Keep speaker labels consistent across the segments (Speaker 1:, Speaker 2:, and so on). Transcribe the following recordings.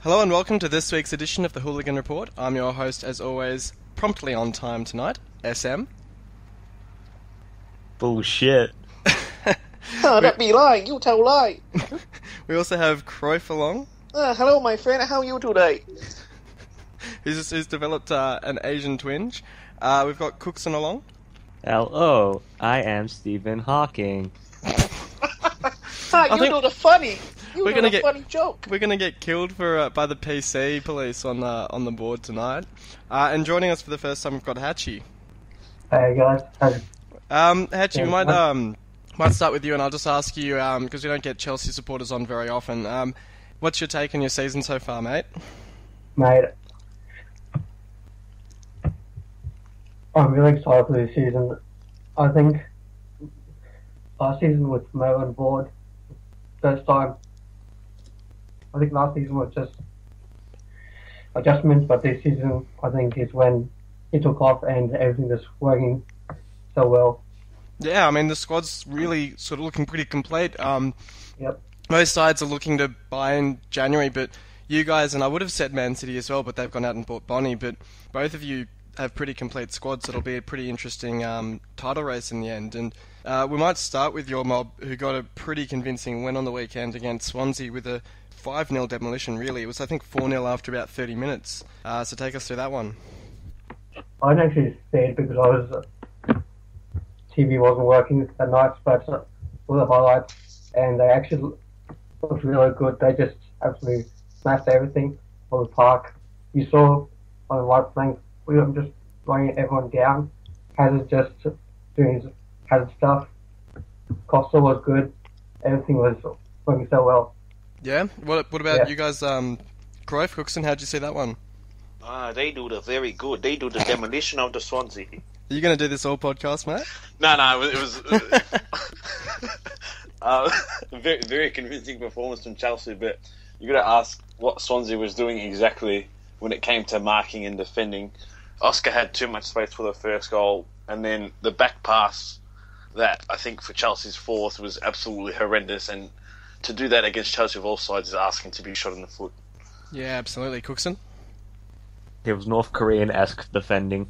Speaker 1: Hello and welcome to this week's edition of the Hooligan Report. I'm your host, as always, promptly on time tonight, SM.
Speaker 2: Bullshit.
Speaker 3: Ah, that be lying. You tell lie.
Speaker 1: We also have Cruyff along,
Speaker 3: Ah, hello, my friend. How you today?
Speaker 1: who's, who's developed uh, an Asian twinge. Uh, we've got Cookson along.
Speaker 2: L.O. I am Stephen Hawking.
Speaker 3: Ah, you
Speaker 1: think-
Speaker 3: know the funny. You
Speaker 1: We're
Speaker 3: know
Speaker 1: gonna
Speaker 3: the
Speaker 1: get-
Speaker 3: funny joke.
Speaker 1: We're going to get killed for uh, by the PC police on the on the board tonight. Uh, and joining us for the first time, we've got Hatchie.
Speaker 4: Hey guys, how's it
Speaker 1: Um, Hatchie, we
Speaker 4: Yeah,
Speaker 1: might
Speaker 4: what-
Speaker 1: um, might start with you, and I'll just ask you because we don't get Chelsea supporters on very often. Um, what's your take on your season so far, mate?
Speaker 4: mate? I'm really excited for this season. I think last season with Mo on board, first time. I think last season was just adjustments, but this season I think is when it took off and everything was working so well.
Speaker 1: Yeah, I mean the squad's really sort of looking pretty complete. Um,
Speaker 4: Yep.
Speaker 1: most sides are looking to buy in January, but you guys and I would have said Man City as well, but they've gone out and bought Bonnie. But both of you have pretty complete squads. It'll be a pretty interesting um, title race in the end. And uh, we might start with your mob, who got a pretty convincing win on the weekend against Swansea with a five 0 demolition. Really, it was I think four 0 after about thirty minutes. Uh, so take us through that one.
Speaker 4: I didn't actually see it because I was TV wasn't working at night, but all the highlights, and they actually looked really good. They just absolutely smashed everything on the park. You saw on the right flank, we were just running everyone down. Hazard just doing his Hazard stuff. Costa was good. Everything was working so well.
Speaker 1: Yeah. What What about
Speaker 4: Yeah.
Speaker 1: you guys? Um, Cruyff, Cookson, how'd you see that one?
Speaker 5: Ah, they do the very good. They do the demolition of the Swansea.
Speaker 1: Are you going to do this all podcast, mate?
Speaker 5: No, no, it was. uh, It was uh, very, very convincing performance from Chelsea, but you got to ask what Swansea was doing exactly when it came to marking and defending. Oscar had too much space for the first goal, and then the back pass that I think for Chelsea's fourth was absolutely horrendous. And to do that against Chelsea of all sides is asking to be shot in the foot.
Speaker 1: Yeah, absolutely, Cookson.
Speaker 2: It was North Korean esque defending.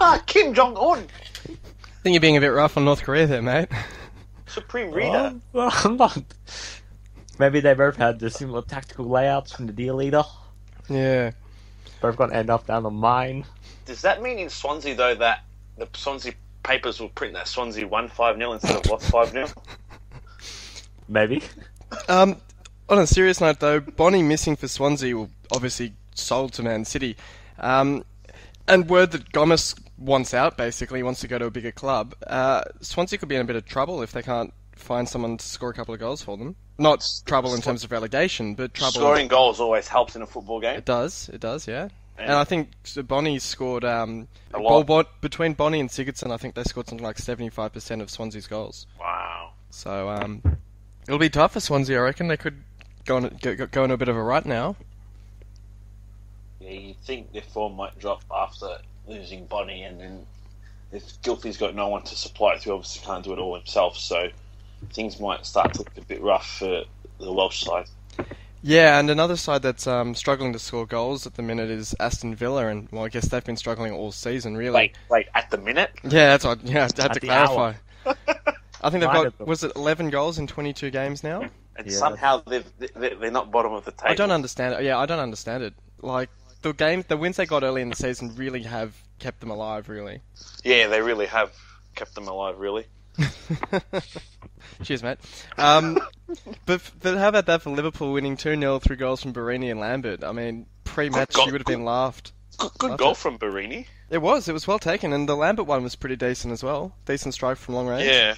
Speaker 3: Ah, Kim Jong Un,
Speaker 1: I think you're being a bit rough on North Korea there, mate.
Speaker 5: Supreme Reader.
Speaker 2: Well, I'm not. Maybe they both had the similar tactical layouts from the deal leader.
Speaker 1: Yeah.
Speaker 2: Both gonna end up down a mine.
Speaker 5: Does that mean in Swansea though that the Swansea papers will print that Swansea won five 0 instead of lost five 0
Speaker 2: Maybe.
Speaker 1: Um, on a serious note, though, Bonnie missing for Swansea will obviously sold to Man City. Um, and word that Gomez wants out, basically, he wants to go to a bigger club. Uh, Swansea could be in a bit of trouble if they can't find someone to score a couple of goals for them. Not trouble in terms of relegation, but trouble.
Speaker 5: Scoring goals always helps in a football game.
Speaker 1: It does, it does, yeah. And,
Speaker 5: And-
Speaker 1: I think Bonnie scored um,
Speaker 5: A
Speaker 1: well,
Speaker 5: lot.
Speaker 1: Bon- between Bonnie and Sigurdsson. I think they scored something like seventy-five percent of Swansea's goals.
Speaker 5: Wow.
Speaker 1: So um, it'll be tough for Swansea. I reckon they could go on go, go- go on a bit of a rut now.
Speaker 5: Yeah, you think their form might drop after losing Bonnie, and then if Gilfie's got no one to supply it to, he obviously can't do it all himself. So things might start to look a bit rough for the Welsh side.
Speaker 1: Yeah, and another side that's um, struggling to score goals at the minute is Aston Villa, and well, I guess they've been struggling all season, really.
Speaker 5: Wait, wait, at the minute,
Speaker 1: Yeah, that's what. Yeah, I had
Speaker 2: At
Speaker 1: to
Speaker 2: the
Speaker 1: clarify.
Speaker 2: hour.
Speaker 1: I think they've
Speaker 2: Right
Speaker 1: got
Speaker 2: at the-
Speaker 1: was it eleven goals in twenty-two games now.
Speaker 5: and
Speaker 2: Yeah.
Speaker 5: somehow they've, they- they're not bottom of the table.
Speaker 1: I don't understand it. Yeah, I don't understand it. Like the game, the wins they got early in the season really have kept them alive. Really.
Speaker 5: Yeah, they really have kept them alive. Really.
Speaker 1: Cheers, mate. Um, but, but how about that for Liverpool winning 2 0 through goals from Barini and Lambert? I mean, pre match,
Speaker 5: Good
Speaker 1: you would have been laughed.
Speaker 5: Good,
Speaker 1: Love
Speaker 5: good goal
Speaker 1: it.
Speaker 5: from Barini.
Speaker 1: It was, it was well taken, and the Lambert one was pretty decent as well. Decent strike from long range.
Speaker 5: Yeah,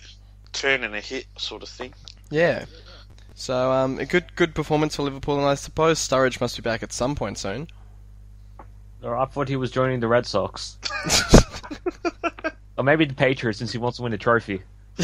Speaker 5: turn and a hit sort of thing.
Speaker 1: Yeah. So, um, a good good performance for Liverpool, and I suppose Sturridge must be back at some point soon.
Speaker 2: Or I thought he was joining the Red Sox. Or maybe the Patriots since he wants to win a trophy.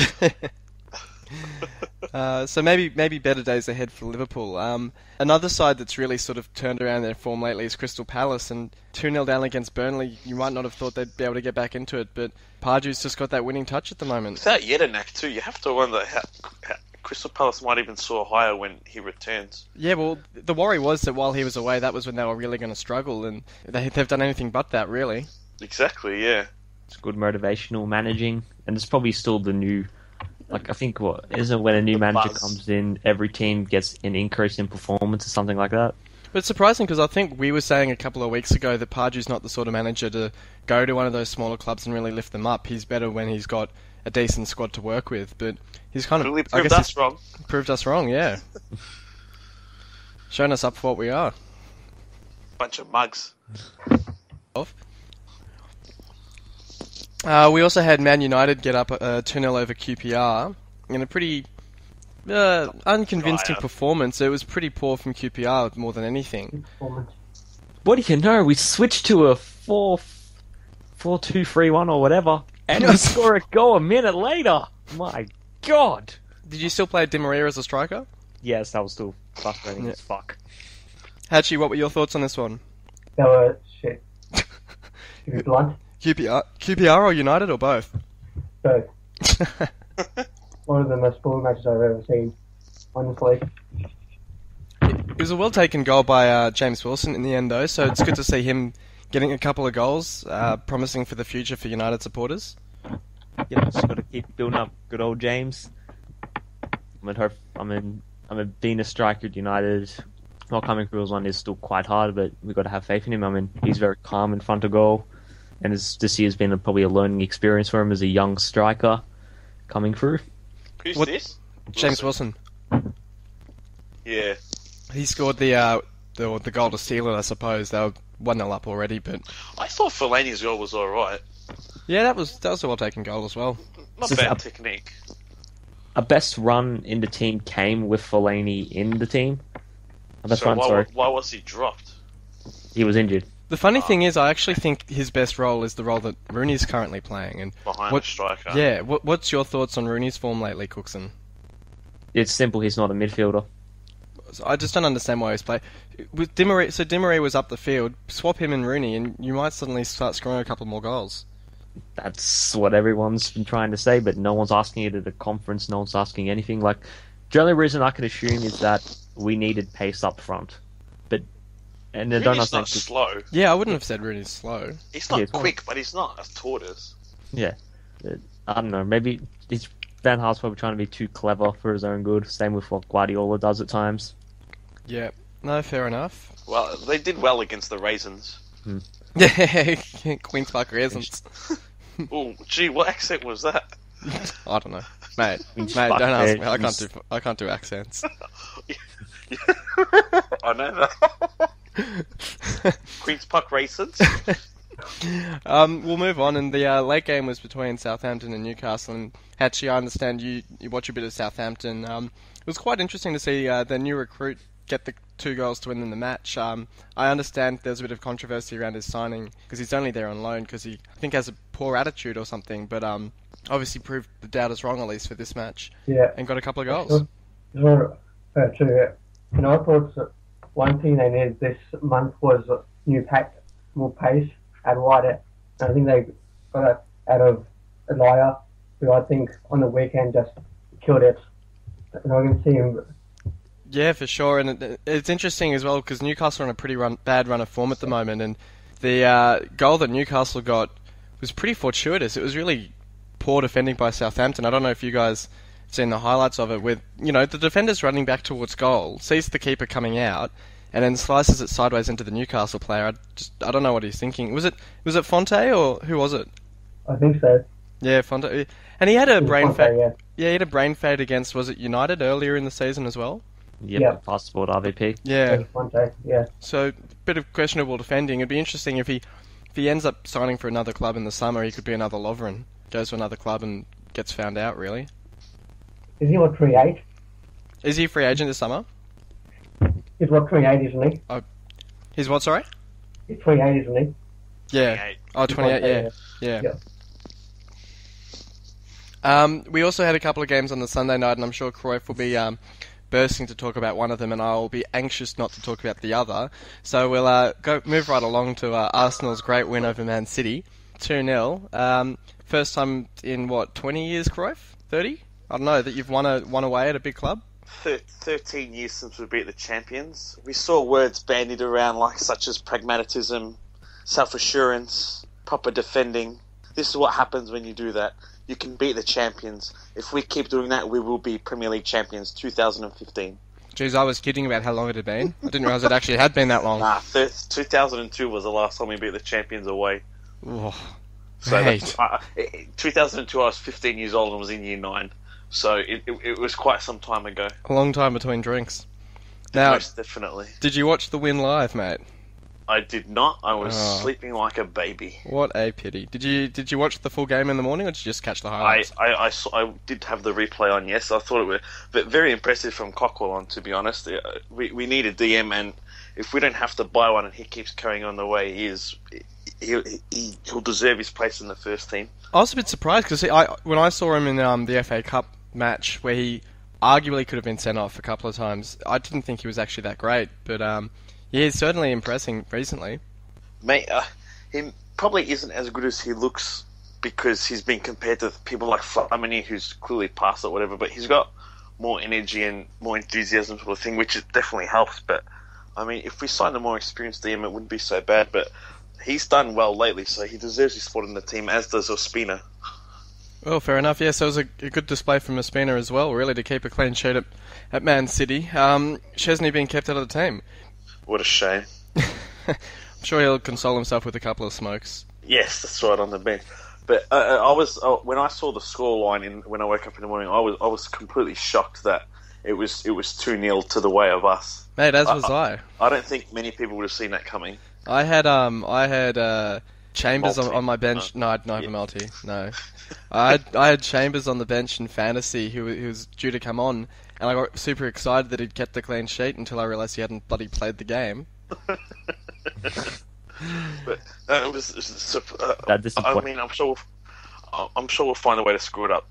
Speaker 1: Uh, so maybe maybe better days ahead for Liverpool. Um, another side that's really sort of turned around their form lately is Crystal Palace, and two 0 down against Burnley. You might not have thought they'd be able to get back into it, but Pardew's just got that winning touch at the moment.
Speaker 5: Without Yedinak too, you have to wonder how, how Crystal Palace might even soar higher when he returns.
Speaker 1: Yeah, well, the worry was that while he was away, that was when they were really going to struggle, and they, they've done anything but that, really.
Speaker 5: Exactly, yeah.
Speaker 2: It's good motivational managing, and it's probably still the new. Like I think what isn't when a new
Speaker 5: The
Speaker 2: manager
Speaker 5: buzz.
Speaker 2: comes in, every team gets an increase in performance or something like that.
Speaker 1: But it's surprising because I think we were saying a couple of weeks ago that Pardew's not the sort of manager to go to one of those smaller clubs and really lift them up. He's better when he's got a decent squad to work with, but he's kind of
Speaker 5: Really
Speaker 1: Hmm. I
Speaker 5: proved
Speaker 1: guess
Speaker 5: us
Speaker 1: he's
Speaker 5: wrong.
Speaker 1: proved us wrong. Yeah, shown us up for what we are.
Speaker 5: Bunch of mugs.
Speaker 1: Uh, we also had Man United get up uh, 2 0 over QPR in a pretty uh, unconvincing
Speaker 5: Drier.
Speaker 1: performance. It was pretty poor from QPR more than anything.
Speaker 4: performance.
Speaker 2: What do you know? We switched to a four, four two three one or whatever, and we score a goal a minute later. My God!
Speaker 1: Did you still play Di Maria as a striker?
Speaker 2: Yes, that was still frustrating as fuck.
Speaker 1: Hachi, what were your thoughts on this one?
Speaker 4: They were shit. to be blunt,
Speaker 1: QPR, QPR or United or both?
Speaker 4: so one of the most boring matches I've ever seen. Honestly,
Speaker 1: It was a well taken goal by uh, James Wilson in the end, though, so it's good to see him getting a couple of goals, uh, promising for the future for United supporters.
Speaker 2: You know, just got to keep building up. Good old James. I'm in hope. I'm in. I'm in being a striker at United. Not coming through as one is still quite hard, but we've got to have faith in him. I mean, he's very calm in front of goal, and it's, this year's been a, probably a learning experience for him as a young striker coming through.
Speaker 5: Who's
Speaker 1: What-
Speaker 5: this?
Speaker 1: James Wilson.
Speaker 5: Yeah.
Speaker 1: He scored the, uh, the, the goal to seal it, I suppose. They were 1 0 up already, but
Speaker 5: I thought Fellaini's goal was alright.
Speaker 1: yeah, that was, that was a well taken goal as well.
Speaker 5: Not
Speaker 2: So it's
Speaker 5: bad
Speaker 2: up-
Speaker 5: technique.
Speaker 2: a best run in the team came with Fellaini in the team.
Speaker 1: Oh,
Speaker 2: A best
Speaker 5: so
Speaker 2: run,
Speaker 5: why,
Speaker 2: sorry.
Speaker 5: why was he dropped?
Speaker 2: He was injured.
Speaker 1: The funny thing is, I actually think his best role is the role that Rooney's currently playing. And
Speaker 5: Behind
Speaker 1: What-
Speaker 5: the striker.
Speaker 1: yeah, what, what's your thoughts on Rooney's form lately, Cookson?
Speaker 2: It's simple. He's not a midfielder.
Speaker 1: So I just don't understand why he's playing. With Dimmery, so Dimmery was up the field. Swap him and Rooney, and you might suddenly start scoring a couple more goals.
Speaker 2: That's what everyone's been trying to say, but no one's asking it at the conference. No one's asking anything. Like, the only reason I can assume is that we needed pace up front. But and I don't
Speaker 5: Rooney's
Speaker 2: understand.
Speaker 5: not slow.
Speaker 1: Yeah, I wouldn't have said Rooney's slow.
Speaker 5: He's not
Speaker 2: Yeah, it's not-
Speaker 5: quick, but he's not a tortoise.
Speaker 2: I don't know. Maybe he's, Van Hal's probably trying to be too clever for his own good. Same with what Guardiola does at times.
Speaker 1: Yeah, no, fair enough.
Speaker 5: Well, they did well against the Raisins.
Speaker 1: Yeah, Queen's Park Raisins. Hmm.
Speaker 5: oh, gee, what accent was that?
Speaker 1: I don't know, mate. Mate,
Speaker 2: Queen's
Speaker 1: don't
Speaker 2: Park
Speaker 1: ask me. I can't do.
Speaker 2: Raisins.
Speaker 1: I can't do accents.
Speaker 5: I know that. Queen's Park Raisins?
Speaker 1: um, we'll move on, and the uh, late game was between Southampton and Newcastle. And Hatchie, I understand you, you watch a bit of Southampton. Um, it was quite interesting to see uh, the new recruit get the two goals to win in the match. Um, I understand there's a bit of controversy around his signing because he's only there on loan because he, I think, has a poor attitude or something. But um, obviously proved the doubters wrong at least for this match
Speaker 4: yeah.
Speaker 1: and got a couple of
Speaker 4: Sure.
Speaker 1: goals.
Speaker 4: Just want to, uh, to, you know, I thought that one thing they needed this month was a new pack, more pace and wider. And I think they got it out of Elia, who I think on the weekend just killed it. And I can see him,
Speaker 1: Yeah, for sure, and it, it's interesting as well because Newcastle are on a pretty run, bad run of form at the moment, and the uh, goal that Newcastle got was pretty fortuitous. It was really poor defending by Southampton. I don't know if you guys have seen the highlights of it, with you know the defender's running back towards goal, sees the keeper coming out, and then slices it sideways into the Newcastle player. I just I don't know what he's thinking. Was it was it Fonte or who was it?
Speaker 4: I think so.
Speaker 1: Yeah, Fonte, and he had a
Speaker 4: It was
Speaker 1: brain
Speaker 4: Conte,
Speaker 1: fade.
Speaker 4: yeah.
Speaker 1: Yeah, he had a brain fade against was it United earlier in the season as well?
Speaker 2: Yep,
Speaker 4: Yeah.
Speaker 2: fast forward RVP.
Speaker 4: It
Speaker 1: Yeah.
Speaker 4: was Conte, yeah.
Speaker 1: So, bit of questionable defending. It'd be interesting if he if he ends up signing for another club in the summer. He could be another Lovren. Goes to another club and gets found out. Really,
Speaker 4: Is he what create?
Speaker 1: is he a free agent this summer?
Speaker 4: He's what create, isn't he?
Speaker 1: He's what? Sorry.
Speaker 4: He's 28, isn't he?
Speaker 1: Yeah. Oh, 28, yeah. Yeah.
Speaker 4: Yeah.
Speaker 1: Um, we also had a couple of games on the Sunday night, and I'm sure Cruyff will be um, bursting to talk about one of them, and I'll be anxious not to talk about the other. So we'll uh, go move right along to uh, Arsenal's great win over Man City, 2 0. Um, first time in, what, 20 years, Cruyff? 30? I don't know that you've won a won away at a big club.
Speaker 5: Thir- 13 years since we beat the champions. We saw words bandied around like such as pragmatism, self-assurance, proper defending. This is what happens when you do that. You can beat the champions. If we keep doing that, we will be Premier League champions 2015.
Speaker 1: Jeez, I was kidding about how long it had been. I didn't realize it actually had been that long.
Speaker 5: Nah, thir- 2002 was the last time we beat the champions away.
Speaker 1: Ooh,
Speaker 5: So
Speaker 1: Right.
Speaker 5: that's, uh, 2002, I was 15 years old and was in year nine. So it, it, it was quite some time ago.
Speaker 1: a long time between drinks. Now,
Speaker 5: Most definitely.
Speaker 1: did you watch the win live, mate?
Speaker 5: I did not. I was
Speaker 1: Oh.
Speaker 5: sleeping like a baby.
Speaker 1: What a pity. Did you did you watch the full game in the morning, or did you just catch the
Speaker 5: I,
Speaker 1: highlights?
Speaker 5: I, I, saw, I did have the replay on, yes. I thought it was but very impressive from Cockwell on, to be honest. Uh, We, we need a DM, and if we don't have to buy one and he keeps carrying on the way he is, he, he, he'll deserve his place in the first team.
Speaker 1: I, was a bit surprised because I when I saw him in um, the FA Cup match where he arguably could have been sent off a couple of times, I didn't think he was actually that great. But um, yeah, he's certainly impressing recently.
Speaker 5: Mate, uh, he probably isn't as good as he looks because he's been compared to people like Flamini, who's clearly past or whatever. But he's got more energy and more enthusiasm for the thing, which it definitely helps. But I mean, if we signed a more experienced DM, it wouldn't be so bad. But he's done well lately, so he deserves his spot in the team, as does Ospina.
Speaker 1: Well, fair enough. Yes, it was a, a good display from Espina as well, really, to keep a clean sheet at, at Man City. Um, Chesney being kept out of the team.
Speaker 5: What a shame.
Speaker 1: I'm sure he'll console himself with a couple of smokes.
Speaker 5: Yes, that's right on the bench. But uh, uh, I was uh, when I saw the scoreline in when I woke up in the morning, I was I was completely shocked that it was it was two 0 to the way of us.
Speaker 1: Mate, as was I.
Speaker 5: I don't think many people would have seen that coming.
Speaker 1: I had um I had uh Chambers on,
Speaker 5: Malty.
Speaker 1: on my bench. No, I didn't have a Malty. No, I had, I had Chambers on the bench in fantasy who, wa- who was due to come on, and I got super excited that he'd kept the clean sheet until I realised he hadn't bloody played the game.
Speaker 5: But uh, it was. it was uh,
Speaker 2: That disappoint-
Speaker 5: I mean, I'm sure. We'll, I'm sure we'll find a way to screw it up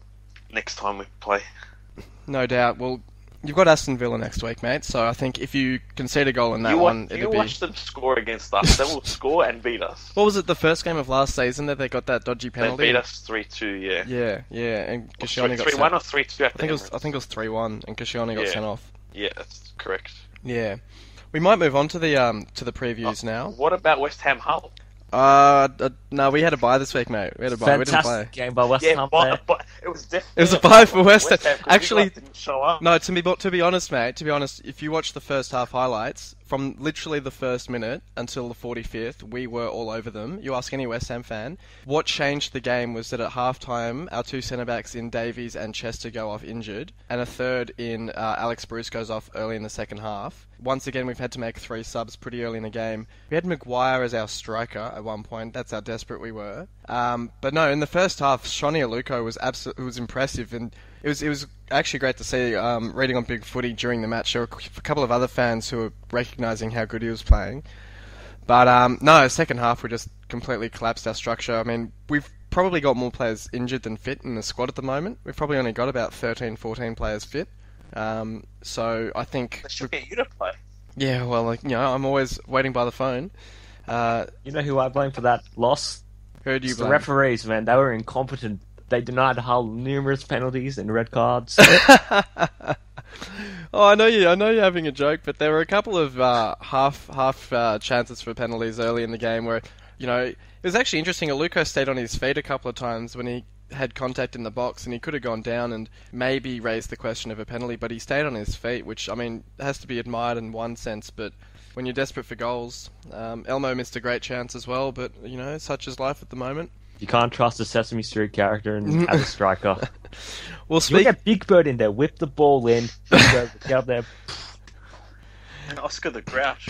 Speaker 5: next time we play.
Speaker 1: No doubt. Well, you've got Aston Villa next week, mate. So I think if you concede a goal in that
Speaker 5: you
Speaker 1: one,
Speaker 5: watch, you
Speaker 1: it'll be.
Speaker 5: watch them score against us. They will score and beat us.
Speaker 1: What was it? The first game of last season that they got that dodgy
Speaker 5: They
Speaker 1: penalty.
Speaker 5: beat us three two. Yeah.
Speaker 1: Yeah, yeah, and Koscielny got
Speaker 5: Three
Speaker 1: sent.
Speaker 5: one or
Speaker 1: I
Speaker 5: three two. I
Speaker 1: think it was I think it was three one, and Koscielny got
Speaker 5: Yeah.
Speaker 1: sent off.
Speaker 5: Yeah, that's correct.
Speaker 1: Yeah, we might move on to the um to the previews now.
Speaker 5: What about West Ham Hull?
Speaker 1: Uh, d- no, we had a buy this week, mate. We had a buy. We didn't
Speaker 2: Fantastic
Speaker 1: play.
Speaker 2: game by West
Speaker 5: Yeah,
Speaker 2: Ham
Speaker 5: but,
Speaker 2: there.
Speaker 5: but it was
Speaker 1: It
Speaker 5: definitely
Speaker 1: was a bye for West Ham.
Speaker 5: 'cause you
Speaker 1: Actually-
Speaker 5: guys didn't show up.
Speaker 1: No, to be but to be honest, mate. To be honest, if you watch the first half highlights from literally the first minute until the forty fifth, we were all over them. You ask any West Ham fan, what changed the game was that at halftime, our two centre backs in Davies and Chester go off injured, and a third in uh, Alex Bruce goes off early in the second half. Once again, we've had to make three subs pretty early in the game. We had Maguire as our striker at one point. That's how desperate we were. Um, but no, in the first half, Shawnee Aluko was abso- was impressive, and it was it was actually great to see. Um, reading on Big Footy during the match, there were a couple of other fans who were recognising how good he was playing. But um, no, second half we just completely collapsed our structure. I mean, we've probably got more players injured than fit in the squad at the moment. We've probably only got about 13, 14 players fit. Um, so I think,
Speaker 5: They should get you to play.
Speaker 1: yeah, well, like, you know, I'm always waiting by the phone. Uh,
Speaker 2: You know who I blame for that loss?
Speaker 1: who do you
Speaker 2: It's the
Speaker 1: blame?
Speaker 2: referees, man. They were incompetent. They denied Hull numerous penalties and red cards.
Speaker 1: oh, I know you. I know you're having a joke, but there were a couple of uh, half half uh, chances for penalties early in the game where, you know, it was actually interesting. Aluko stayed on his feet a couple of times when he had contact in the box, and he could have gone down and maybe raised the question of a penalty, but he stayed on his feet, which I mean has to be admired in one sense, but. When you're desperate for goals, um, Elmo missed a great chance as well, but you know, such is life at the moment.
Speaker 2: you can't trust a Sesame Street character and have a striker.
Speaker 1: Well,
Speaker 2: You
Speaker 1: speak.
Speaker 2: get Big Bird in there, whip the ball in, Big Bird, get up there.
Speaker 5: And Oscar the Grouch.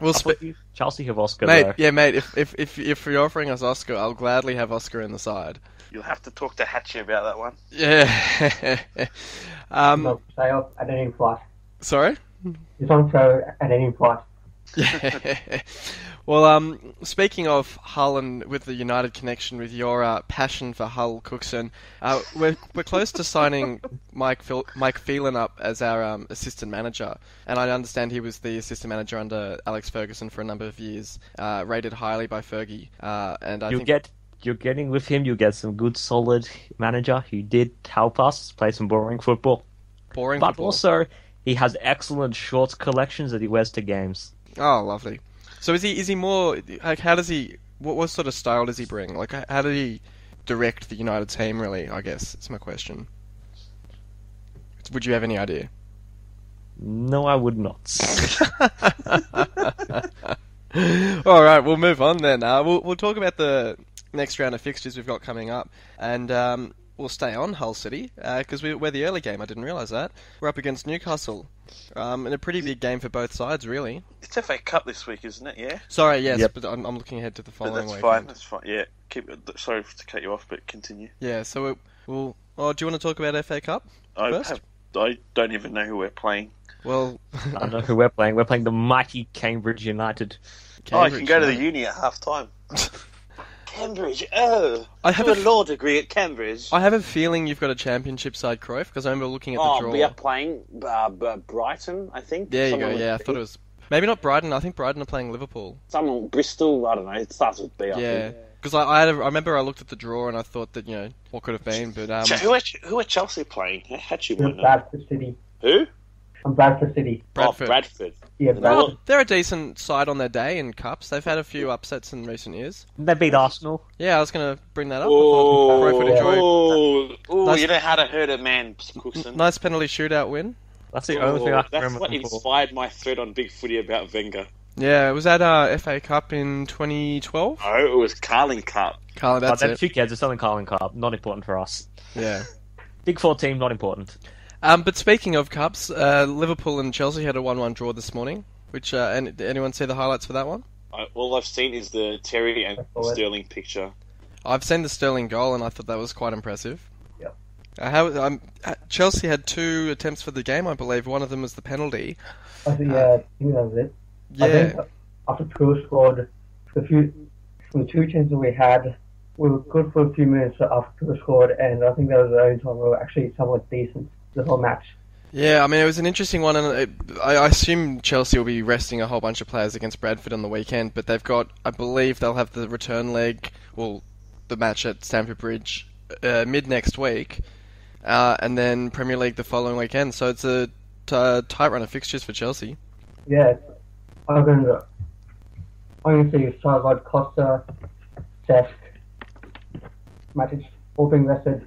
Speaker 1: We'll
Speaker 2: Up
Speaker 1: speak.
Speaker 2: with you. Chelsea have Oscar
Speaker 1: mate,
Speaker 2: there.
Speaker 1: yeah, mate. If, if if if you're offering us Oscar, I'll gladly have Oscar in the side.
Speaker 5: You'll have to talk to Hatchie about that one.
Speaker 1: Yeah.
Speaker 4: He's
Speaker 1: um.
Speaker 4: on sale at any price.
Speaker 1: Sorry.
Speaker 4: He's on sale at any price.
Speaker 1: Yeah. well, um, speaking of Hull and with the United connection, with your uh, passion for Hull, Cookson, uh, we're we're close to signing Mike Phil- Mike Phelan up as our um, assistant manager, and I understand he was the assistant manager under Alex Ferguson for a number of years, uh, rated highly by Fergie, uh, and I
Speaker 2: You'll
Speaker 1: think
Speaker 2: get you're getting with him, you'll get some good, solid manager who did help us play some boring football.
Speaker 1: Boring
Speaker 2: but
Speaker 1: football.
Speaker 2: also, he has excellent shorts collections that he wears to games.
Speaker 1: Oh, lovely. So is he is he more like how does he what what sort of style does he bring? Like h- how did he direct the United team really? I guess it's my question. Would you have any idea?
Speaker 2: No, I would not.
Speaker 1: All right, we'll move on then. Uh, we'll we'll talk about the next round of fixtures we've got coming up, and um, we'll stay on Hull City because we, we're the early game. I didn't realise that we're up against Newcastle, um, and a pretty big game for both sides, really.
Speaker 5: It's FA Cup this week, isn't it? Yeah.
Speaker 1: Sorry, yes,
Speaker 2: Yep.
Speaker 1: but I'm, I'm looking ahead to the
Speaker 5: But
Speaker 1: following
Speaker 5: that's
Speaker 1: weekend.
Speaker 5: fine. That's fine. Yeah. Keep. Sorry to cut you off, but continue.
Speaker 1: Yeah, so it, we'll. Oh, do you want to talk about FA Cup?
Speaker 5: I
Speaker 1: First?
Speaker 5: have. I don't even know who we're playing.
Speaker 1: Well,
Speaker 2: I don't know who we're playing. We're playing the mighty Cambridge United.
Speaker 5: oh, I can
Speaker 1: Cambridge,
Speaker 5: go to the
Speaker 1: no.
Speaker 5: uni at half time. Cambridge. Oh,
Speaker 1: I
Speaker 5: I
Speaker 1: have
Speaker 5: have
Speaker 1: a
Speaker 5: a
Speaker 1: f-
Speaker 5: law degree at Cambridge.
Speaker 1: I have a feeling you've got a championship side, Cruyff, because I remember looking at the
Speaker 5: oh,
Speaker 1: draw.
Speaker 5: we are playing uh, B- Brighton, I think.
Speaker 1: There you
Speaker 5: Someone
Speaker 1: go.
Speaker 5: with
Speaker 1: Yeah, I
Speaker 5: B.
Speaker 1: thought it was maybe not Brighton. I think Brighton are playing Liverpool.
Speaker 5: someone Bristol. I don't know. It starts with B. I
Speaker 1: Yeah,
Speaker 5: think.
Speaker 1: because I I, had a, I remember I looked at the draw and I thought that you know what could have been, but um,
Speaker 5: Ch- who, are, Ch- who are Chelsea playing? How- How'd you
Speaker 4: I'm
Speaker 5: win that?
Speaker 4: Bradford City.
Speaker 5: Who?
Speaker 4: I'm Bradford City.
Speaker 1: Bradford.
Speaker 5: Oh, Bradford.
Speaker 4: Yeah,
Speaker 5: No.
Speaker 4: Bradford.
Speaker 1: Oh, they're a decent side on their day in cups. They've had a few upsets in recent years.
Speaker 2: They beat Arsenal.
Speaker 1: Yeah, I was going to bring that up. I thought Cruyff would enjoy.
Speaker 5: Oh, oh,
Speaker 1: That's-
Speaker 5: you know how to hurt a man, Cookson.
Speaker 1: Nice penalty shootout win.
Speaker 2: That's the
Speaker 5: Oh,
Speaker 2: only thing I can
Speaker 5: that's
Speaker 2: remember.
Speaker 5: what
Speaker 2: them for.
Speaker 5: inspired my thread on Big Footy about Wenger.
Speaker 1: Yeah, it was at uh, FA Cup in 2012.
Speaker 5: No, it was Carling Cup.
Speaker 1: Carla,
Speaker 2: But
Speaker 1: that's
Speaker 2: them
Speaker 1: it.
Speaker 2: two kids are selling Carling Cup. Not important for us.
Speaker 1: Yeah.
Speaker 2: Big Four team, not important.
Speaker 1: Um, but speaking of cups, uh, Liverpool and Chelsea had a one-one draw this morning. Which uh, and did anyone see the highlights for that one?
Speaker 5: I, all I've seen is the Terry and
Speaker 4: saw it.
Speaker 5: Sterling picture.
Speaker 1: I've seen the Sterling goal, and I thought that was quite impressive.
Speaker 4: Yep.
Speaker 1: Uh, how um, uh, Chelsea had two attempts for the game, I believe. One of them was the penalty.
Speaker 4: I think, yeah, uh, I think that was it. I
Speaker 1: Ah. Yeah,
Speaker 4: think after Pro scored, the few the two chances we had, we were good for a few minutes after Pro scored, and I think that was the only time we were actually somewhat decent the whole match.
Speaker 1: yeah. I mean, it was an interesting one, and it, I, I assume Chelsea will be resting a whole bunch of players against Bradford on the weekend. But they've got, I believe, they'll have the return leg, well, the match at Stamford Bridge uh, mid next week, uh, and then Premier League the following weekend. So it's a t- uh, tight run of fixtures for Chelsea.
Speaker 4: Yeah, I'm going to I'm going to say Sarvad Costa, Cesc, Matic, all being rested.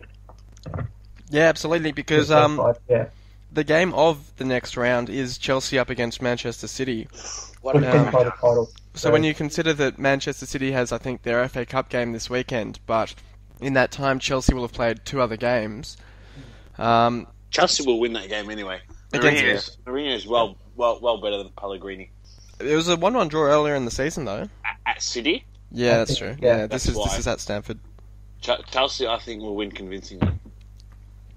Speaker 1: Yeah, absolutely. Because um,
Speaker 4: yeah,
Speaker 1: the game of the next round is Chelsea up against Manchester City.
Speaker 5: What
Speaker 4: which
Speaker 5: a
Speaker 1: Yeah.
Speaker 4: yeah. the title.
Speaker 1: So when you consider that Manchester City has, I think, their FA Cup game this weekend, but in that time Chelsea will have played two other games. Um,
Speaker 5: Chelsea will win that game anyway.
Speaker 1: Against-
Speaker 5: Mourinho is, Mourinho is well, well, well better than Pellegrini
Speaker 1: it was a one-one draw earlier in the season, though.
Speaker 5: at, at City.
Speaker 1: Yeah, that's true. Yeah,
Speaker 4: Yeah,
Speaker 1: this
Speaker 5: that's
Speaker 1: is this
Speaker 5: why.
Speaker 1: is at Stanford.
Speaker 5: Ch- Chelsea, I think, will win convincingly.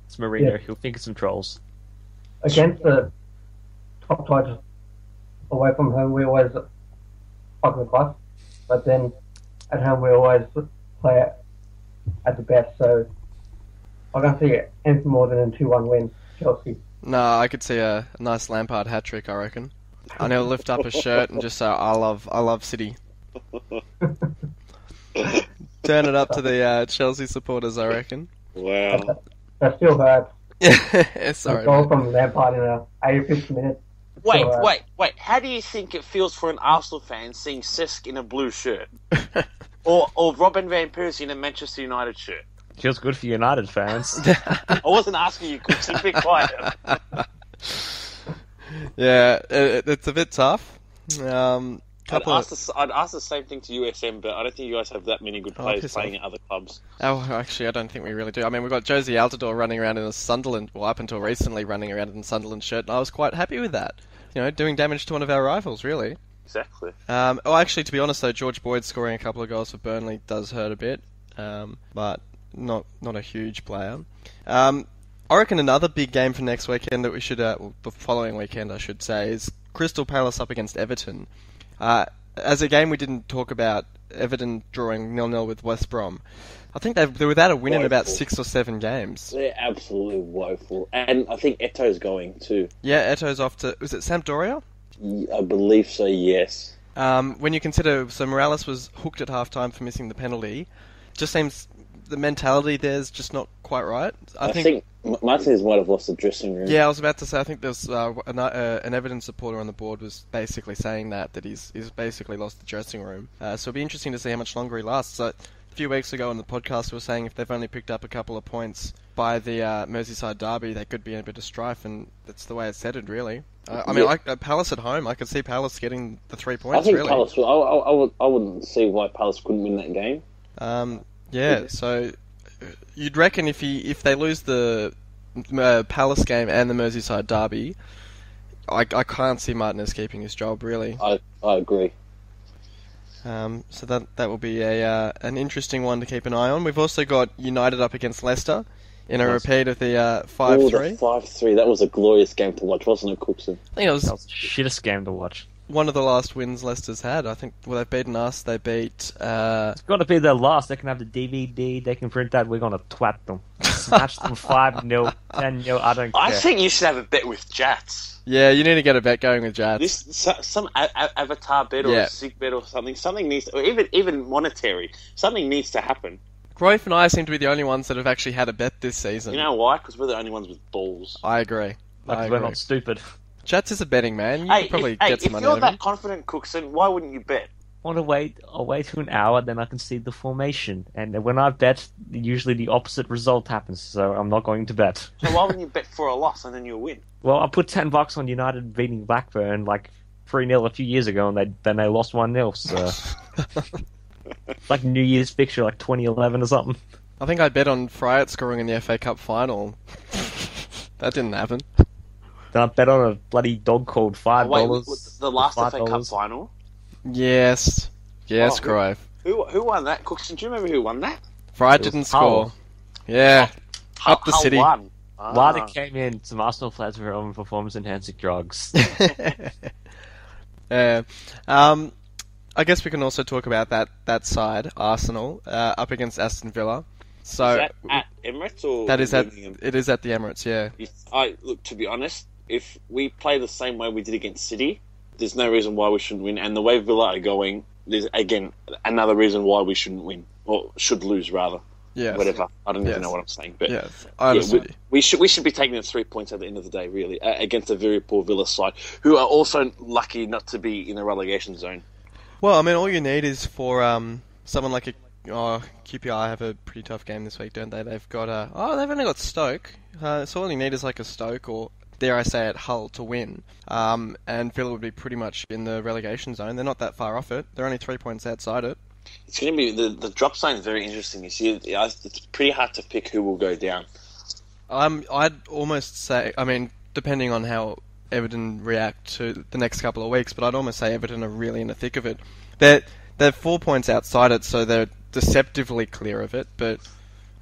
Speaker 2: It's Mourinho.
Speaker 4: Yeah.
Speaker 2: He'll think of some trolls.
Speaker 4: against the top side away from home, we always fuck the class. But then at home, we always play it at the best. So I don't see anything more than a 2 1 win, Chelsea.
Speaker 1: Nah, I could see a nice Lampard hat trick. I reckon. And he'll lift up a shirt and just say, "I love, I love City." Turn it up to the uh, Chelsea supporters, I reckon.
Speaker 5: Wow.
Speaker 4: That still hurts.
Speaker 1: Um, Sorry.
Speaker 4: a goal
Speaker 1: mate.
Speaker 4: from Lampard in the 85th minute.
Speaker 5: Wait,
Speaker 4: So, uh,
Speaker 5: wait, wait. How do you think it feels for an Arsenal fan seeing Sisk in a blue shirt? or or Robin Van Persie in a Manchester United shirt?
Speaker 2: Feels good for United fans.
Speaker 5: I wasn't asking you, Cook, so be quiet.
Speaker 1: Yeah, it, it's a bit tough. Um,
Speaker 5: I'd
Speaker 1: couple of-
Speaker 5: ask, the, I'd ask the same thing to USM, but I don't think you guys have that many good
Speaker 1: Oh,
Speaker 5: players
Speaker 1: piss
Speaker 5: playing at other clubs.
Speaker 1: Oh, actually, I don't think we really do. I mean, we've got Josie Altador running around in a Sunderland, well, up until recently, running around in a Sunderland shirt, and I was quite happy with that. You know, doing damage to one of our rivals, really.
Speaker 5: Exactly.
Speaker 1: Um, oh, actually, to be honest, though, George Boyd scoring a couple of goals for Burnley does hurt a bit, um, but not not a huge player. Um, I reckon another big game for next weekend that we should, uh, well, the following weekend, I should say, is Crystal Palace up against Everton. Uh, as a game, we didn't talk about Everton drawing nil-nil with West Brom. I think they've, they're without a win in about
Speaker 5: Woeful.
Speaker 1: six or seven games.
Speaker 5: They're absolutely woeful. And I think Eto's going too.
Speaker 1: Yeah, Eto's off to was it Sampdoria?
Speaker 5: I believe so, yes.
Speaker 1: Um, when you consider, so Morales was hooked at half time for missing the penalty. just seems the mentality there's just not quite right. I,
Speaker 5: I think, M Martinez might have lost the dressing room.
Speaker 1: Yeah, I was about to say. I think there's uh, an, uh, an evidence supporter on the board was basically saying that that he's he's basically lost the dressing room. Uh, so it'll be interesting to see how much longer he lasts. Uh, a few weeks ago on the podcast, we were saying if they've only picked up a couple of points by the uh, Merseyside derby, they could be in a bit of strife, and that's the way it's headed, really. Uh, I mean,
Speaker 5: Yeah.
Speaker 1: I, uh, Palace at home, I could see Palace getting the three
Speaker 5: I
Speaker 1: points.
Speaker 5: think
Speaker 1: really,
Speaker 5: Palace. Will, I, I, I, would, I wouldn't see why Palace couldn't win that game.
Speaker 1: Um, yeah, so uh, you'd reckon if he if they lose the uh, Palace game and the Merseyside derby, I, I can't see Martinez keeping his job really.
Speaker 5: I, I agree.
Speaker 1: Um, so that that will be a uh, an interesting one to keep an eye on. We've also got United up against Leicester in a
Speaker 2: Yes.
Speaker 1: repeat of the uh, five
Speaker 5: Ooh,
Speaker 1: three.
Speaker 5: the five three. That was a glorious game to watch, wasn't it, Cookson?
Speaker 1: I think it was
Speaker 2: That was the shittest game to watch.
Speaker 1: one of the last wins Leicester's had. I think well they've beaten us. They beat. Uh,
Speaker 2: It's got to be their last. They can have the DVD. They can print that. We're gonna twat them, smash them five 0 10 0 I don't care.
Speaker 5: I think you should have a bet with Jats.
Speaker 1: yeah, you need to get a bet going with Jad.
Speaker 5: This so- some a- a- avatar bet or
Speaker 1: Yeah.
Speaker 5: a sick bet or something. Something needs, or even even monetary. Something needs to happen.
Speaker 1: Groif and I seem to be the only ones that have actually had a bet this season.
Speaker 5: You know why? Because we're the only ones with balls.
Speaker 1: I agree. I
Speaker 2: Like,
Speaker 1: agree.
Speaker 2: we're not stupid.
Speaker 1: Chats is a betting man. You could probably
Speaker 5: if,
Speaker 1: get
Speaker 5: hey,
Speaker 1: some
Speaker 5: if
Speaker 1: money
Speaker 5: you're
Speaker 1: out of
Speaker 5: that
Speaker 1: him.
Speaker 5: confident, Cookson, why wouldn't you bet?
Speaker 2: want to wait. I'll wait for an hour, then I can see the formation. And when I bet, usually the opposite result happens. So I'm not going to bet.
Speaker 5: So why wouldn't you bet for a loss and then you'll win?
Speaker 2: Well, I put ten bucks on United beating Blackburn like three 0 a few years ago, and they then they lost one 0 So like New Year's fixture, like 2011 or something.
Speaker 1: I think I bet on Fryett scoring in the FA Cup final. that didn't happen.
Speaker 2: Then I bet on a bloody dog called five
Speaker 5: Wait,
Speaker 2: dollars.
Speaker 5: was the last FA Cup
Speaker 2: $5.
Speaker 5: final?
Speaker 1: Yes. Yes,
Speaker 5: Oh, who-
Speaker 1: Cruyff.
Speaker 5: Who who won that? Cookson, do you remember who won that?
Speaker 1: Fryett
Speaker 2: was
Speaker 1: didn't
Speaker 2: Hull.
Speaker 1: score. Yeah. Up the
Speaker 5: Hull
Speaker 1: city.
Speaker 5: Won. Ah.
Speaker 2: Lada came in. Some Arsenal fans were on performance enhancing drugs.
Speaker 1: yeah. Um, I guess we can also talk about that, that side, Arsenal, uh, up against Aston Villa. So
Speaker 5: Is that at Emirates or
Speaker 1: that is at
Speaker 5: Birmingham?
Speaker 1: it is at the Emirates, yeah.
Speaker 5: If- I look to be honest, if we play the same way we did against City, there's no reason why we shouldn't win. And the way Villa are going, there's again another reason why we shouldn't win or should lose rather.
Speaker 1: Yes.
Speaker 5: Whatever. I don't
Speaker 1: Yes.
Speaker 5: even know what I'm saying, but.
Speaker 1: Yes. I
Speaker 5: yeah,
Speaker 1: understand.
Speaker 5: we, we should we should be taking the three points at the end of the day, really, uh, against a very poor Villa side, who are also lucky not to be in the relegation zone.
Speaker 1: Well, I mean, all you need is for um, someone like a oh, QPR have a pretty tough game this week, don't they? They've got a oh, they've only got Stoke. Uh, so all you need is like a Stoke or dare I say it, Hull to win. Um, and Villa would be pretty much in the relegation zone. They're not that far off it. They're only three points outside it.
Speaker 5: It's going to be the the drop zone is very interesting. You see, it's pretty hard to pick who will go down.
Speaker 1: Um, I'd almost say, I mean, depending on how Everton react to the next couple of weeks, but I'd almost say Everton are really in the thick of it. They're they're four points outside it, so they're deceptively clear of it, but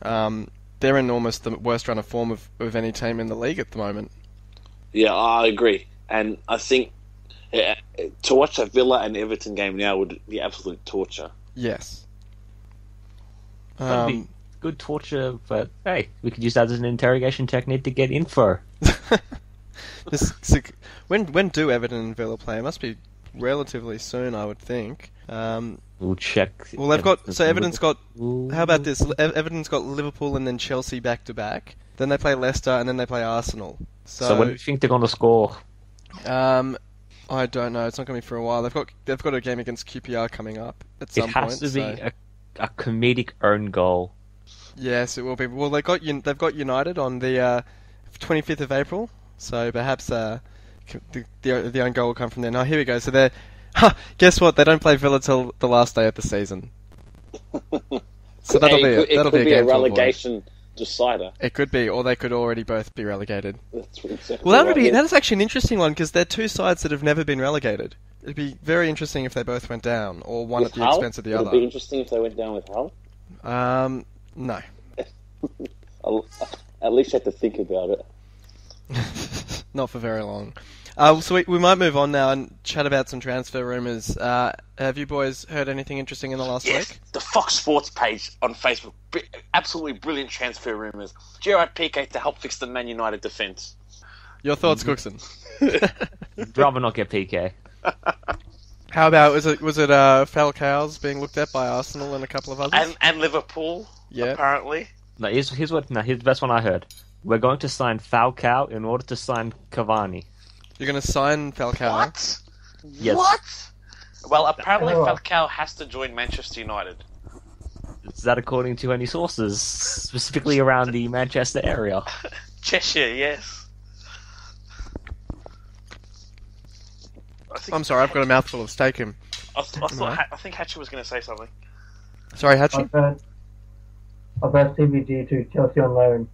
Speaker 1: um, they're in almost the worst run of form of, of any team in the league at the moment.
Speaker 5: Yeah, I agree, and I think yeah, to watch a Villa and Everton game now would be absolute torture.
Speaker 1: Yes.
Speaker 2: That'd be
Speaker 1: Um,
Speaker 2: good torture, but hey, we could use that as an interrogation technique to get info.
Speaker 1: Um, this, when when do Everton and Villa play? It must be relatively soon, I would think. Um,
Speaker 2: We'll check.
Speaker 1: well, they've got so Everton's got
Speaker 2: Liverpool.
Speaker 1: How about this? Ev- Everton's got Liverpool and then Chelsea back to back. Then they play Leicester and then they play Arsenal.
Speaker 2: So, when do
Speaker 1: So,
Speaker 2: you think they're going to score?
Speaker 1: um, I don't know. It's not going to be for a while. They've got they've got a game against QPR coming up at some
Speaker 2: It has
Speaker 1: point.
Speaker 2: to be
Speaker 1: so-
Speaker 2: a, a comedic own goal.
Speaker 1: Yes, it will be. Well, they got Un- they've got United on the uh, 25th of April, so perhaps uh, c- the, the the own goal will come from there. Now here we go. So they're ha, guess what? They don't play Villa till the last day of the season. So that'll
Speaker 5: And
Speaker 1: be
Speaker 5: it
Speaker 1: a-
Speaker 5: could, it
Speaker 1: that'll
Speaker 5: could
Speaker 1: be a game to avoid.
Speaker 5: relegation decider.
Speaker 1: It could be, or they could already both be relegated.
Speaker 5: That's exactly
Speaker 1: Well, that would
Speaker 5: right.
Speaker 1: be that is actually an interesting one because they're two sides that have never been relegated. It'd be very interesting if they both went down, or one
Speaker 5: With
Speaker 1: at the
Speaker 5: Hull?
Speaker 1: expense of the
Speaker 5: Would it be
Speaker 1: other.
Speaker 5: interesting if they went down with Hull?
Speaker 1: Um, no.
Speaker 5: I'll- uh, At least have to think about it.
Speaker 1: Not for very long. Uh, so we, we might move on now and chat about some transfer rumours. Uh, have you boys heard anything interesting in the last
Speaker 5: Yes,
Speaker 1: week?
Speaker 5: the Fox Sports page on Facebook. Br- absolutely brilliant transfer rumours. Gerard Piqué to help fix the Man United defence. Mm-hmm.
Speaker 1: Your thoughts, Cookson?
Speaker 2: Rather not get PK.
Speaker 1: How about was it was it uh, Falcao's being looked at by Arsenal and a couple of others?
Speaker 5: and and Liverpool
Speaker 1: yeah,
Speaker 5: apparently.
Speaker 2: No, here's, here's what. No, here's the best one I heard. We're going to sign Falcao in order to sign Cavani.
Speaker 1: you're going to sign Falcao.
Speaker 5: What?
Speaker 2: Yes.
Speaker 5: What? Well, apparently
Speaker 4: Oh.
Speaker 5: Falcao has to join Manchester United.
Speaker 2: Is that according to any sources specifically around the Manchester area?
Speaker 5: Cheshire, yes. I think,
Speaker 1: I'm sorry, I've got a mouthful of steak. Him.
Speaker 5: I, th- I, thought,
Speaker 1: Right.
Speaker 5: Ha- I think Hatcher was going to say something.
Speaker 1: Sorry, Hatchie.
Speaker 4: I've heard, I've heard CBG to Chelsea on loan.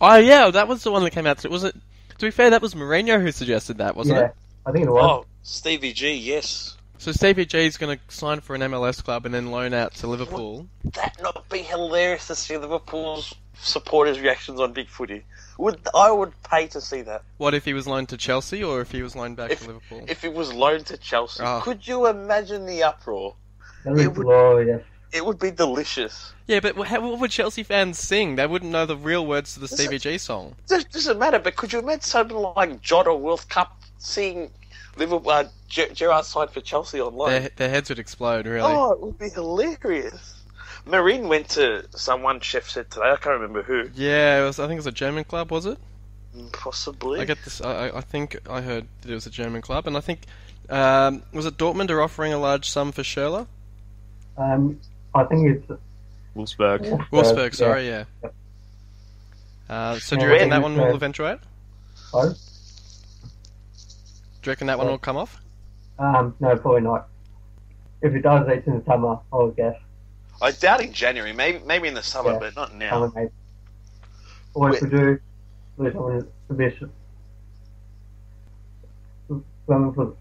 Speaker 1: Oh yeah, that was the one that came out. Was it? To be fair, that was Mourinho who suggested that, wasn't
Speaker 4: yeah,
Speaker 1: it?
Speaker 4: I think it was.
Speaker 5: Oh, Stevie G, yes.
Speaker 1: So Stevie G is going to sign for an MLS club and then loan out to Liverpool.
Speaker 5: That not be hilarious to see Liverpool's supporters' reactions on Big Footy. Would I would pay to see that
Speaker 1: What if he was loaned to Chelsea or if he was loaned back to Liverpool?
Speaker 5: if it was loaned to Chelsea.
Speaker 1: Ah.
Speaker 5: Could you imagine the uproar?
Speaker 4: That was
Speaker 5: Oh, it would-
Speaker 4: glorious.
Speaker 5: It would be delicious.
Speaker 1: yeah, but wha- what would Chelsea fans sing? They wouldn't know the real words to the Stevie G song.
Speaker 5: It doesn't matter, but could you imagine something like Jota World Cup seeing Liverpool uh, Ger- Gerrard's side for Chelsea online?
Speaker 1: Their, their heads would explode, really.
Speaker 5: Oh, it would be hilarious. Marine went to someone chef said today. I can't remember who.
Speaker 1: Yeah, it was, I think it was a German club, was it?
Speaker 5: Possibly.
Speaker 1: I get this. I, I- I think I heard that it was a German club, and I think um, was it Dortmund are offering a large sum for Schürrle?
Speaker 4: Um, I think it's
Speaker 2: Wolfsburg.
Speaker 1: Wolfsburg,
Speaker 4: yeah.
Speaker 1: sorry, yeah. Uh, so do you
Speaker 4: Yeah,
Speaker 1: reckon
Speaker 4: I
Speaker 1: that
Speaker 4: think
Speaker 1: one will
Speaker 4: so.
Speaker 1: eventuate? Do
Speaker 4: Oh,
Speaker 1: you reckon that one will come off?
Speaker 4: Um, no, probably not. If it does, it's in the summer. I would guess.
Speaker 5: I doubt in January. Maybe maybe in the summer,
Speaker 4: Yeah.
Speaker 5: but not
Speaker 4: Summer,
Speaker 5: now.
Speaker 4: maybe. Or if we do, lose someone for this. Someone for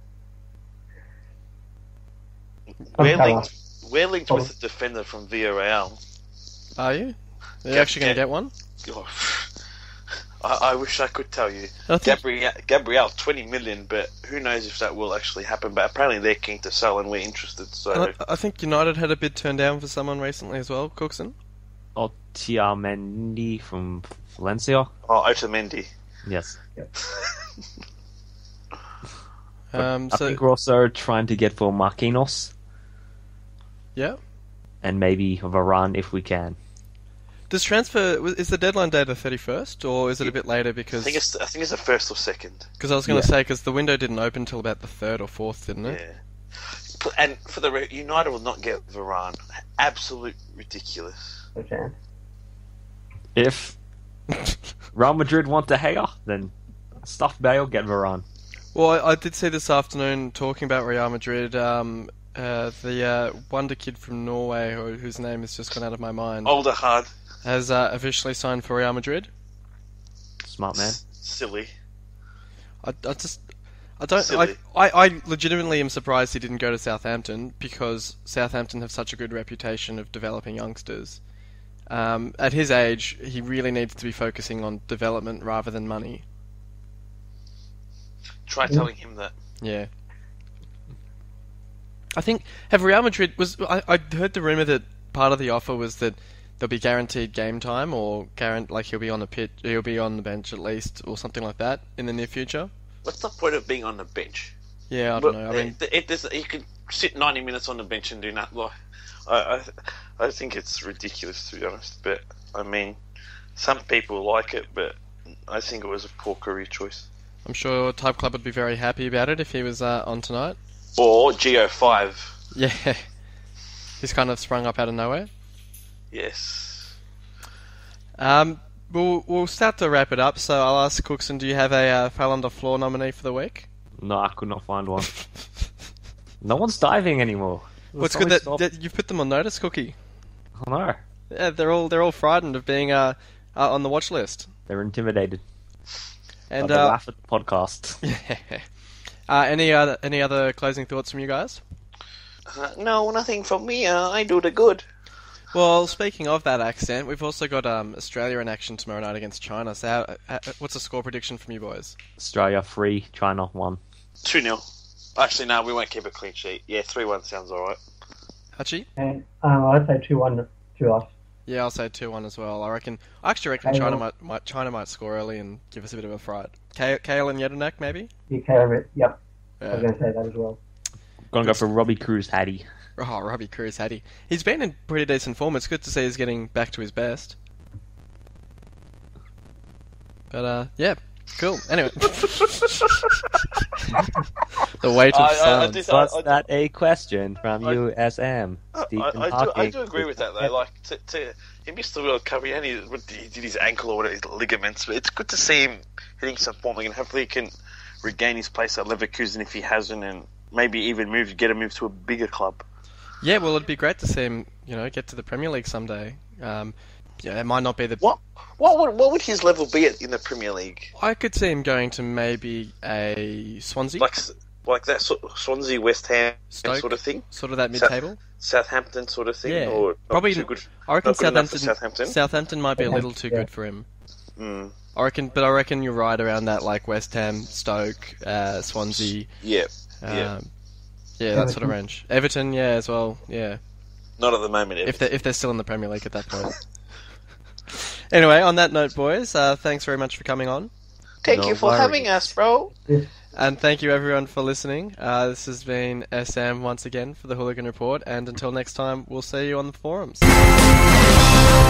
Speaker 5: We're
Speaker 4: Okay.
Speaker 5: linked. We're linked with a defender from Villarreal.
Speaker 1: Are you? Are you
Speaker 5: Yeah,
Speaker 1: actually going
Speaker 5: yeah.
Speaker 1: to get one?
Speaker 5: Oh, I, I wish I could tell you.
Speaker 1: I think,
Speaker 5: Gabriel, Gabriel, twenty million, but who knows if that will actually happen? But apparently they're keen to sell, and we're interested. So
Speaker 1: I, I think United had a bid turned down for someone recently as well, Cookson.
Speaker 2: Or Tiamendi from Valencia.
Speaker 5: oh, Otamendi.
Speaker 2: Yes.
Speaker 1: Um,
Speaker 2: I
Speaker 1: so
Speaker 2: think we're also trying to get for Marquinhos
Speaker 1: yeah,
Speaker 2: and maybe Varane if we can.
Speaker 1: does transfer w- is the deadline day the thirty first, or is it a bit later?
Speaker 5: I
Speaker 1: Because
Speaker 5: think it's I think it's the first or second.
Speaker 1: cause I was going to 'cause
Speaker 2: yeah.
Speaker 1: say because the window didn't open till about the third or fourth, didn't it?
Speaker 5: Yeah. P- And for the re- United will not get Varane. Absolute ridiculous.
Speaker 4: a chance.
Speaker 2: If Real Madrid want De Gea, then stuff Bale, get Varane.
Speaker 1: Well, I, I did see this afternoon talking about Real Madrid. Um, uh, the uh, wonder kid from Norway, who, whose name has just gone out of my mind,
Speaker 5: Older hard,
Speaker 1: has uh, officially signed for Real Madrid. Oh,
Speaker 2: Smart man.
Speaker 5: s- silly.
Speaker 1: I, I just I don't
Speaker 5: Silly.
Speaker 1: like I, I legitimately am surprised he didn't go to Southampton because Southampton have such a good reputation of developing youngsters. Um, at his age, he really needs to be focusing on development rather than money.
Speaker 5: Try
Speaker 1: Hmm.
Speaker 5: telling him that.
Speaker 1: Yeah. I think have Real Madrid was I, I heard the rumor that part of the offer was that there'll be guaranteed game time or guarant like he'll be on the pitch he'll be on the bench at least or something like that in the near future.
Speaker 5: What's the point of being on the bench?
Speaker 1: Yeah, I don't
Speaker 5: But
Speaker 1: know. I mean,
Speaker 5: it, it, there's- you can sit 90 minutes on the bench and do nothing. Like, I, I, I think it's ridiculous to be honest. But I mean, some people like it, but I think it was a poor career choice.
Speaker 1: I'm sure Type Club would be very happy about it if he was uh, on tonight.
Speaker 5: Or Geo Five.
Speaker 1: Yeah. He's kind of sprung up out of nowhere.
Speaker 5: Yes.
Speaker 1: Um, we'll, we'll start to wrap it up, so I'll ask Cookson, do you have a uh, fell under floor nominee for the week?
Speaker 2: No, I could not find one. no one's diving anymore.
Speaker 1: What's
Speaker 2: Somebody
Speaker 1: good that,
Speaker 2: stop-
Speaker 1: that you've put them on notice, Cookie?
Speaker 2: I don't know.
Speaker 1: Yeah, they're all they're all frightened of being uh, uh, on the watch list.
Speaker 2: They're intimidated. And
Speaker 1: And
Speaker 2: they
Speaker 1: uh,
Speaker 2: laugh at the podcast.
Speaker 1: uh, any other any other closing thoughts from you guys?
Speaker 5: Uh, no, nothing from me. Uh, I do the good.
Speaker 1: Well, speaking of that accent, we've also got um, Australia in action tomorrow night against China. So, how, uh, what's a score prediction from you boys?
Speaker 2: Australia three, China one.
Speaker 5: 2 0. Actually, no, we won't keep a clean sheet. Yeah, 3 1 sounds alright.
Speaker 1: Hachi?
Speaker 4: And um, I'd say two one to us.
Speaker 1: Yeah, I'll say two one as well. I reckon. I actually reckon
Speaker 4: Hey,
Speaker 5: uh,
Speaker 1: China
Speaker 4: well-
Speaker 1: might, might China might score early and give us a bit of a fright. K- Kale and Yedinak maybe. Uh,
Speaker 4: UK of it. Yep, I was
Speaker 1: Yeah.
Speaker 4: going to say that as well.
Speaker 2: Gonna go for Robbie Cruz Hattie.
Speaker 1: Oh, Robbie Cruz had he. He's been in pretty decent form. It's good to see he's getting back to his best. But uh, yeah, cool. Anyway, the weight of
Speaker 5: I- I- I
Speaker 1: silence.
Speaker 5: did-
Speaker 2: Was
Speaker 5: I- I-
Speaker 2: that a question from
Speaker 5: uh, I-
Speaker 2: USM?
Speaker 5: I,
Speaker 2: Stephen
Speaker 5: I, do, I
Speaker 2: Hawking.
Speaker 5: do agree with that though. Like to, to he missed the World Cup. He only he did his ankle or whatever, his ligaments, but it's good to see him hitting some form again. Hopefully, he can regain his place at Leverkusen if he hasn't, and maybe even move get a move to a bigger club.
Speaker 1: Yeah, well, it'd be great to see him, you know, get to the Premier League someday. Um, yeah, it might not be the.
Speaker 5: What what would what would his level be at, in the Premier League?
Speaker 1: I could see him going to maybe a Swansea,
Speaker 5: Like s- like that sort Swansea, West Ham
Speaker 1: Stoke,
Speaker 5: sort of thing,
Speaker 1: sort of that
Speaker 5: South-
Speaker 1: mid-table.
Speaker 5: Southampton sort of thing,
Speaker 1: Yeah.
Speaker 5: or not
Speaker 1: Probably
Speaker 5: too
Speaker 1: n-
Speaker 5: good.
Speaker 1: I reckon
Speaker 5: Not good enough for
Speaker 1: Southampton,
Speaker 5: Southampton?
Speaker 1: might be a little too
Speaker 4: Yeah.
Speaker 1: good for him.
Speaker 5: Mm,
Speaker 1: I reckon, but I reckon you're right around that, like West Ham, Stoke, uh, Swansea.
Speaker 5: yeah,
Speaker 1: Um,
Speaker 5: Yeah.
Speaker 1: yeah. that sort of range. Everton, yeah, as well. Yeah,
Speaker 5: not at the moment.
Speaker 1: if they if they're still in the Premier League at that point. anyway, on that note, boys, uh, thanks very much for coming on.
Speaker 3: Thank
Speaker 2: No
Speaker 3: you for having
Speaker 2: worries.
Speaker 3: us, bro.
Speaker 1: And thank you everyone for listening. Uh, this has been SM once again for the Hooligan Report, and until next time, we'll see you on the forums.
Speaker 6: Thank